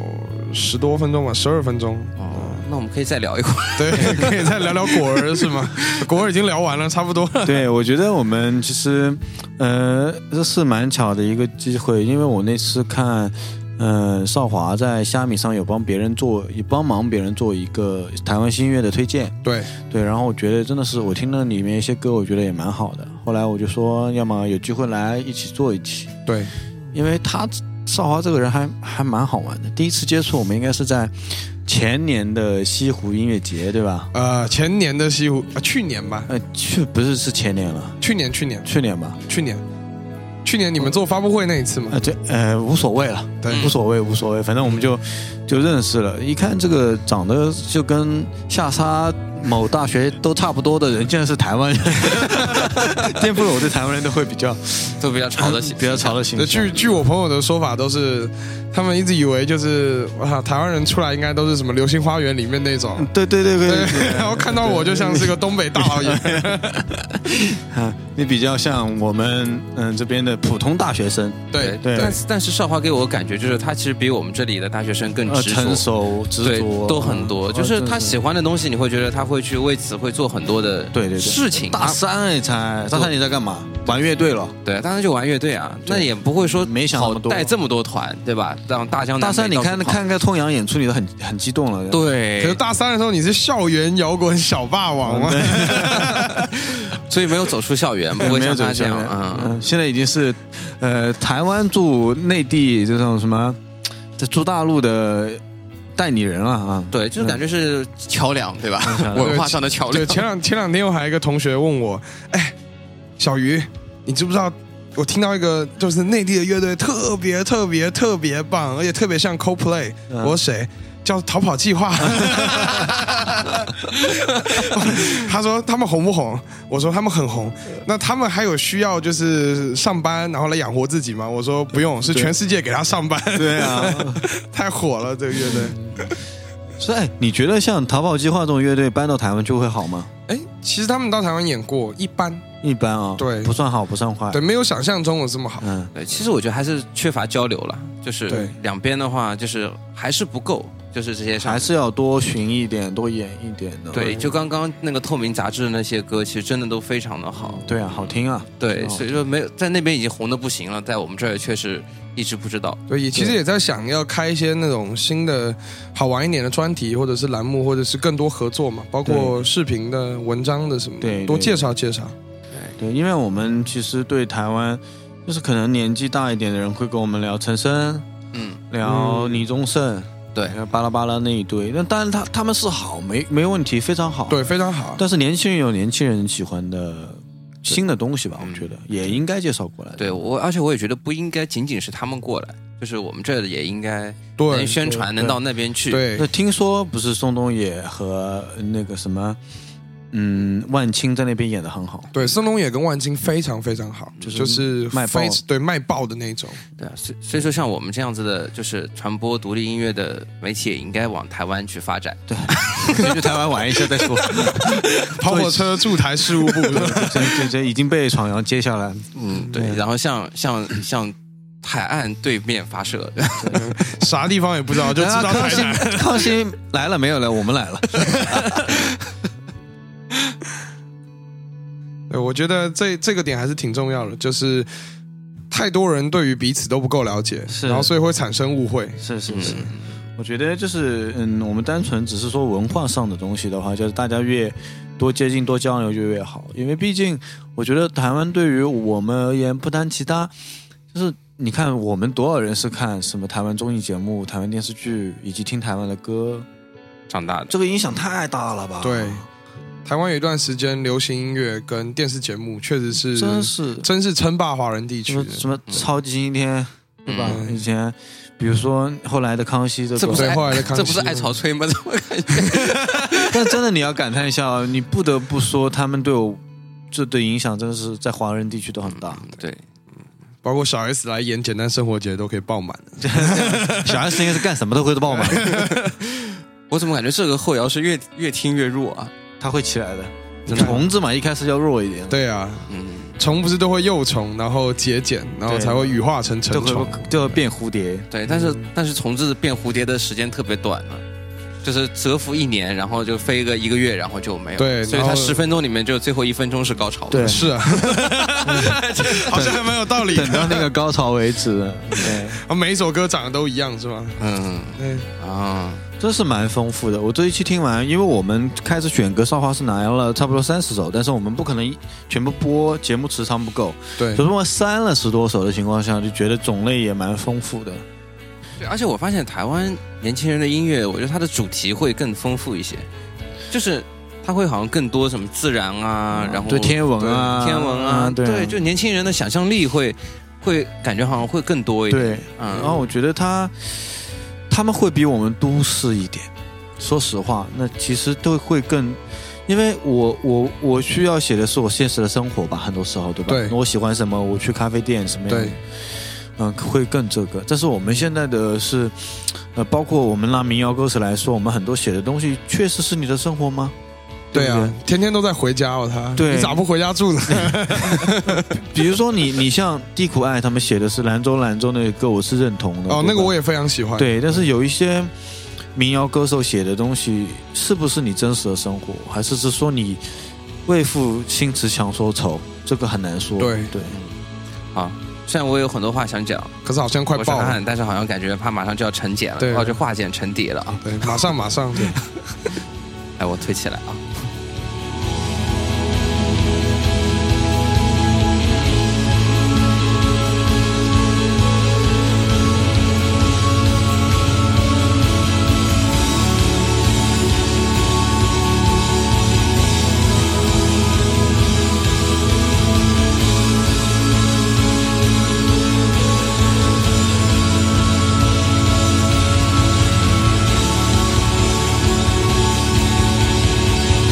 [SPEAKER 4] 十多分钟吧，十二分钟。
[SPEAKER 5] 哦，那我们可以再聊一会儿。
[SPEAKER 4] 对， 可以再聊聊果儿是 吗？果儿已经聊完了，差不多了。
[SPEAKER 1] 对，我觉得我们其实，呃，这是蛮巧的一个机会，因为我那次看，嗯、少华在虾米上有帮别人做，也帮忙别人做一个台湾新乐的推荐，
[SPEAKER 4] 对，
[SPEAKER 1] 对，然后我觉得真的是我听了里面一些歌，我觉得也蛮好的，后来我就说，要么有机会来一起做一期，
[SPEAKER 4] 对，
[SPEAKER 1] 因为他少华这个人还还蛮好玩的，第一次接触我们应该是在前年的西湖音乐节，对吧？
[SPEAKER 4] 呃，前年的西湖，啊，去年吧，
[SPEAKER 1] 呃，去不是是前年了，
[SPEAKER 4] 去年，去年，
[SPEAKER 1] 去年吧。
[SPEAKER 4] 去年，去年你们做发布会那一次嘛，
[SPEAKER 1] 啊，对，呃，无所谓了，
[SPEAKER 4] 对
[SPEAKER 1] 无所谓，无所谓，反正我们就就认识了。一看这个长得就跟下沙某大学都差不多的人，竟然是台湾人，颠覆了我对台湾人都会比较
[SPEAKER 5] 都比较吵得起，
[SPEAKER 1] 比较潮的形
[SPEAKER 4] 那
[SPEAKER 1] 象
[SPEAKER 4] 据。据我朋友的说法，都是他们一直以为就是啊，台湾人出来应该都是什么《流星花园》里面那种，
[SPEAKER 1] 对对对对
[SPEAKER 4] 对，
[SPEAKER 1] 对，
[SPEAKER 4] 然后看到我就像是个东北大老 爷，
[SPEAKER 1] 啊你比较像我们嗯这边的普通大学生，
[SPEAKER 4] 对
[SPEAKER 1] 对
[SPEAKER 5] 但是但是少华给我感觉就是他其实比我们这里的大学生更
[SPEAKER 1] 呃，
[SPEAKER 5] 执着。
[SPEAKER 1] 成熟执
[SPEAKER 5] 对
[SPEAKER 1] 着，
[SPEAKER 5] 都很
[SPEAKER 1] 嗯
[SPEAKER 5] 多，就是
[SPEAKER 1] 呃
[SPEAKER 5] 他
[SPEAKER 1] 真
[SPEAKER 5] 喜欢的东西，你会觉得他会去为此会做很多的
[SPEAKER 1] 对对对
[SPEAKER 5] 事情。
[SPEAKER 1] 大
[SPEAKER 5] 他
[SPEAKER 1] 三哎才大三你在干嘛？玩乐队了。
[SPEAKER 5] 对，当然就玩乐队啊，那也不会说
[SPEAKER 1] 没想那
[SPEAKER 5] 好
[SPEAKER 1] 么多
[SPEAKER 5] 带这么多团，对吧？让大江南
[SPEAKER 1] 大三
[SPEAKER 5] 北
[SPEAKER 1] 你
[SPEAKER 5] 到处
[SPEAKER 1] 看
[SPEAKER 5] 跑
[SPEAKER 1] 看个痛痒演出，你都很很激动了。
[SPEAKER 5] 对，
[SPEAKER 4] 可是大三的时候你是校园摇滚小霸王嘛，
[SPEAKER 5] 所以没有走出校园，不 会
[SPEAKER 1] 没有
[SPEAKER 5] 像
[SPEAKER 1] 走
[SPEAKER 5] 他这
[SPEAKER 1] 向
[SPEAKER 5] 样啊。嗯
[SPEAKER 1] 嗯，现在已经是，呃，台湾驻内地这种什么，在驻大陆的代理人了啊。
[SPEAKER 5] 对，就是感觉是桥梁，对吧？ 文化上的桥
[SPEAKER 4] 对，
[SPEAKER 5] 梁。
[SPEAKER 4] 前两前两天我还有一个同学问我，哎，小鱼，你知不知道？我听到一个就是内地的乐队特别特别特别棒，而且特别像 CoPlay，、我说谁？叫逃跑计划。他说他们红不红？我说他们很红。那他们还有需要就是上班然后来养活自己吗？我说不用，是全世界给他上班。
[SPEAKER 1] 对啊，
[SPEAKER 4] 太火了这个乐队。
[SPEAKER 1] 是哎，你觉得像逃跑计划这种乐队搬到台湾就会好吗？
[SPEAKER 4] 哎，其实他们到台湾演过，一般，
[SPEAKER 1] 一般啊、
[SPEAKER 4] 对
[SPEAKER 1] 不算好，不算坏。
[SPEAKER 4] 对，没有想象中的这么好。
[SPEAKER 1] 嗯，
[SPEAKER 5] 对，其实我觉得还是缺乏交流了，就是
[SPEAKER 4] 对
[SPEAKER 5] 两边的话，就是还是不够，就是这些上
[SPEAKER 1] 还是要多巡一点，多演一点的。
[SPEAKER 5] 对，就刚刚那个透明杂志的那些歌，其实真的都非常的好。
[SPEAKER 1] 对啊，好听啊。
[SPEAKER 5] 对，
[SPEAKER 1] 哦
[SPEAKER 5] 所以说没有在那边已经红的不行了，在我们这儿确实一直不知道。
[SPEAKER 4] 对，也其实也在想要开一些那种新的、好玩一点的专题，或者是栏目，或者是更多合作嘛，包括视频的、文章的什么的，
[SPEAKER 1] 对
[SPEAKER 4] 多
[SPEAKER 1] 对
[SPEAKER 4] 介绍介绍。
[SPEAKER 1] 对，因为我们其实对台湾，就是可能年纪大一点的人会跟我们聊陈升，
[SPEAKER 5] 嗯，
[SPEAKER 1] 聊
[SPEAKER 4] 嗯
[SPEAKER 1] 倪宗盛，
[SPEAKER 5] 对，
[SPEAKER 1] 聊哎巴拉巴拉那一堆。那当然他他们是好，没没问题，非常好。
[SPEAKER 4] 对，，非常好。
[SPEAKER 1] 但是年轻人有年轻人喜欢的新的东西吧，我觉得也应该介绍过来。
[SPEAKER 5] 对我，而且我也觉得不应该仅仅是他们过来，就是我们这儿的也应该
[SPEAKER 4] 对，
[SPEAKER 5] 能宣传，能到
[SPEAKER 4] 那
[SPEAKER 5] 那边去。，
[SPEAKER 1] 那
[SPEAKER 4] 对
[SPEAKER 1] 听说不是宋冬野和那个什么，嗯，万青在那边演的很 好。
[SPEAKER 4] 对，森龙也跟万金非常非常好，
[SPEAKER 1] 就是
[SPEAKER 4] 就是
[SPEAKER 1] 卖爆
[SPEAKER 4] 非对卖爆的那种。
[SPEAKER 5] 对啊，所以所以说像我们这样子的，就是传播独立音乐的媒体，也应该往台湾去发展。
[SPEAKER 1] 对，先去台湾玩一下再说。
[SPEAKER 4] 跑火车驻台事务 部，
[SPEAKER 1] 这这这已经被闯阳接下来，
[SPEAKER 5] 嗯，对。然后像像像海岸对面发射，
[SPEAKER 4] 啥地方也不知道，就知道台南。
[SPEAKER 1] 康熙来了没有了？我们来了。
[SPEAKER 4] 对，我觉得这这个点还是挺重要的，就是太多人对于彼此都不够了解，
[SPEAKER 1] 是
[SPEAKER 4] 然后所以会产生误会。
[SPEAKER 1] 是是是，我觉得就是嗯，我们单纯只是说文化上的东西的话，就是大家越多接近、多交流就越好，因为毕竟我觉得台湾对于我们而言，不谈其他，就是你看我们多少人是看什么台湾综艺节目、台湾电视剧，以及听台湾的歌，
[SPEAKER 5] 长大的。
[SPEAKER 1] 这个影响太大了吧？
[SPEAKER 4] 对，台湾有一段时间流行音乐跟电视节目确实是
[SPEAKER 1] 真是
[SPEAKER 4] 真是称霸华人地
[SPEAKER 1] 什
[SPEAKER 4] 区
[SPEAKER 1] 么
[SPEAKER 4] 的。
[SPEAKER 1] 什么超级星期天，对吧？
[SPEAKER 4] 嗯
[SPEAKER 1] 以前比如说后来的康熙这
[SPEAKER 5] 这
[SPEAKER 1] 种
[SPEAKER 5] 不是
[SPEAKER 4] 对
[SPEAKER 5] 爱
[SPEAKER 4] 后来的康熙
[SPEAKER 5] 这不是爱潮吹吗？怎么感觉？
[SPEAKER 1] 但真的你要感叹一下啊，你不得不说他们对我这对影响真的是在华人地区都很 大。
[SPEAKER 5] 对，
[SPEAKER 4] 包括小 S 来演《简单生活节》都可以爆满的。
[SPEAKER 1] 小 S 应该是干什么都会爆满，
[SPEAKER 5] 我怎么感觉这个后摇是越越听越弱啊？
[SPEAKER 1] 他会起来的。
[SPEAKER 5] 真的
[SPEAKER 1] 虫子嘛，一开始要弱一点，
[SPEAKER 4] 对啊，
[SPEAKER 5] 嗯，
[SPEAKER 4] 虫不是都会幼虫，然后节俭，然后
[SPEAKER 1] 对
[SPEAKER 4] 才会羽化成
[SPEAKER 1] 就
[SPEAKER 4] 成虫。
[SPEAKER 1] 会就会变蝴蝶。
[SPEAKER 5] 对，但
[SPEAKER 1] 嗯
[SPEAKER 5] 是但是虫子变蝴蝶的时间特别短了。就是蛰伏一年，然后就飞个一个月，然后就没有。
[SPEAKER 4] 对
[SPEAKER 5] 所以它
[SPEAKER 4] 然后
[SPEAKER 5] 十分钟里面只有最后一分钟是高潮的。
[SPEAKER 1] 对，
[SPEAKER 4] 是 啊，好像还蛮有道 理
[SPEAKER 1] 等
[SPEAKER 4] 的。
[SPEAKER 1] 到那个高潮为止。对，
[SPEAKER 4] 啊每一首歌长得都一样是吗？
[SPEAKER 5] 嗯
[SPEAKER 4] 嗯，
[SPEAKER 5] 啊，
[SPEAKER 1] 真是蛮丰富的。我这一期听完，因为我们开始选歌，少华是拿了差不多三十首，但是我们不可能一全部播，节目时长不够。
[SPEAKER 4] 对
[SPEAKER 1] 所以说删了十多首的情况下，就觉得种类也蛮丰富的。
[SPEAKER 5] 对，而且我发现台湾年轻人的音乐，我觉得它的主题会更丰富一些，就是它会好像更多什么自然
[SPEAKER 4] 嗯
[SPEAKER 5] 啊，然后
[SPEAKER 1] 嗯对天文啊，
[SPEAKER 5] 天文啊，
[SPEAKER 1] 对啊
[SPEAKER 5] 对，就年轻人的想象力会会感觉好像会更多一点。
[SPEAKER 1] 对，
[SPEAKER 5] 嗯
[SPEAKER 1] 然后我觉得他他们会比我们都市一点，说实话，那其实都会更，因为我我我需要写的是我现实的生活吧，很多时候对吧？
[SPEAKER 4] 对
[SPEAKER 1] 我喜欢什么，我去咖啡店什么样的
[SPEAKER 4] 对，
[SPEAKER 1] 嗯，会更这个。但是我们现在的是，呃，包括我们拿民谣歌词来说，我们很多写的东西确实是你的生活吗？
[SPEAKER 4] 对
[SPEAKER 1] 不
[SPEAKER 4] 啊
[SPEAKER 1] 对，
[SPEAKER 4] 天天都在回家哦，他
[SPEAKER 1] 对
[SPEAKER 4] 你咋不回家 住呢？
[SPEAKER 1] 比如说你你像地苦爱他们写的是兰州兰州那个歌，我是认同的。
[SPEAKER 4] 哦，
[SPEAKER 1] 对
[SPEAKER 4] 那个
[SPEAKER 1] 吧
[SPEAKER 4] 我也非常喜欢。
[SPEAKER 1] 对，但是有一些民谣歌手写的东西，是不是你真实的生活，还是是说你为赋新词强说愁？这个很难说。
[SPEAKER 4] 对
[SPEAKER 1] 对，
[SPEAKER 5] 好，虽然我有很多话想讲，
[SPEAKER 4] 可是好像快
[SPEAKER 5] 我是
[SPEAKER 4] 爆
[SPEAKER 5] 憨
[SPEAKER 4] 了。
[SPEAKER 5] 憨，但是好像感觉它马上就要沉解了，
[SPEAKER 4] 对嗯
[SPEAKER 5] 然后就化茧成蝶了啊！
[SPEAKER 4] 对，马上马上。
[SPEAKER 5] 哎，我推起来啊！
[SPEAKER 6] 我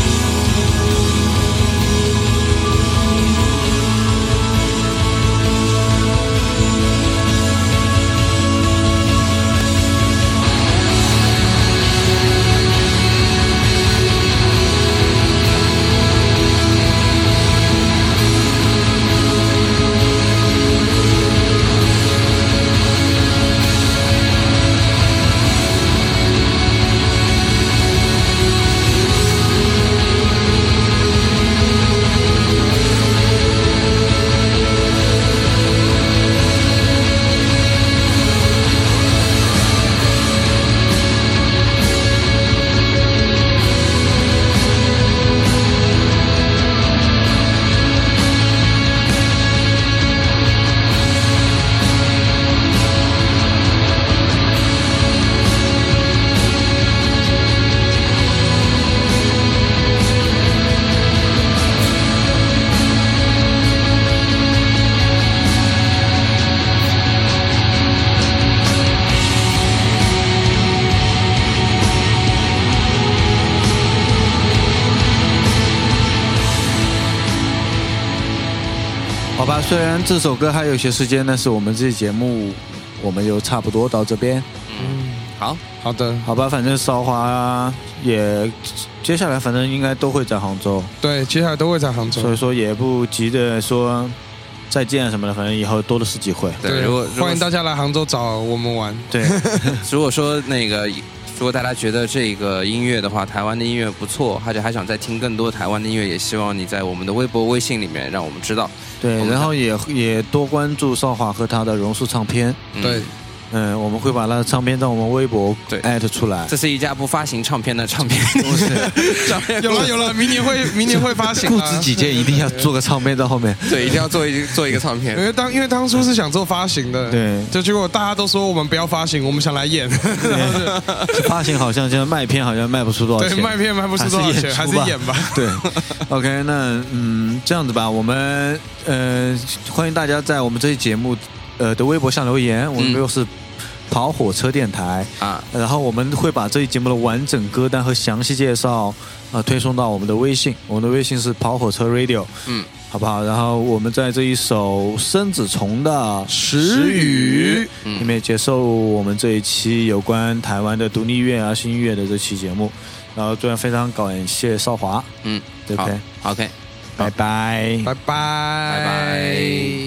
[SPEAKER 1] 好吧，虽然这首歌还有些时间，但是我们这期节目我们又差不多到这边。
[SPEAKER 5] 好，
[SPEAKER 4] 好的，
[SPEAKER 1] 好吧，反正韶华也接下来反正应该都会在杭州，
[SPEAKER 4] 对，接下来都会在杭
[SPEAKER 1] 所
[SPEAKER 4] 州
[SPEAKER 1] 以。说也不急着说再见什么的，反正以后多的是机会。
[SPEAKER 5] 对，如果如果
[SPEAKER 4] 欢迎大家来杭州找我们玩。
[SPEAKER 1] 对，
[SPEAKER 5] 如果说那个，如果大家觉得这个音乐的话，台湾的音乐不错，而且还想再听更多台湾的音乐，也希望你在我们的微博、微信里面让我们知道。我
[SPEAKER 1] 对，
[SPEAKER 5] 们
[SPEAKER 1] 然后也也多关注少华和他的榕树唱片，
[SPEAKER 5] 嗯
[SPEAKER 4] 对，
[SPEAKER 1] 嗯，我们会把他的唱片在我们微博
[SPEAKER 5] 对
[SPEAKER 1] 艾特出来
[SPEAKER 5] 这。是一家不发行唱片的唱片公司，唱片
[SPEAKER 4] 哎有
[SPEAKER 5] 公
[SPEAKER 4] 了
[SPEAKER 5] 司
[SPEAKER 4] 有 了，明年会明年会发行
[SPEAKER 1] 顾
[SPEAKER 4] 啊。
[SPEAKER 1] 自己见一定要做个唱片在后面。
[SPEAKER 5] 对，一定要做一做一个唱
[SPEAKER 4] 因
[SPEAKER 5] 片。
[SPEAKER 4] 为当因为当初是想做发行的，
[SPEAKER 1] 对
[SPEAKER 4] 就结果大家都说我们不要发行，我们想来演，
[SPEAKER 1] 发行好像现在卖片好像卖不出多少
[SPEAKER 4] 对，
[SPEAKER 1] 钱，
[SPEAKER 4] 卖片卖不出多少钱，还
[SPEAKER 1] 还
[SPEAKER 4] 是
[SPEAKER 1] 是演
[SPEAKER 4] 演吧。
[SPEAKER 1] 对，OK，那嗯，这样子吧，我们呃，欢迎大家在我们这期节目呃的微博上留言，我们
[SPEAKER 5] 嗯
[SPEAKER 1] 又是跑火车电台，
[SPEAKER 5] 啊，
[SPEAKER 1] 呃然后我们会把这一节目的完整歌单和详细介绍呃推送到我们的微信，我们的微信是跑火车 Radio，
[SPEAKER 5] 嗯，
[SPEAKER 1] 好不好？然后我们在这一首生子虫的《
[SPEAKER 4] 时雨
[SPEAKER 1] 里面接受我们这一期有关台湾的独立乐啊、新音乐的这期节目，然后最后非常感谢少华，
[SPEAKER 5] 嗯
[SPEAKER 1] 对不
[SPEAKER 5] 好
[SPEAKER 1] 对？
[SPEAKER 5] ，OK，
[SPEAKER 1] 拜拜。
[SPEAKER 4] 拜拜，拜
[SPEAKER 5] 拜拜。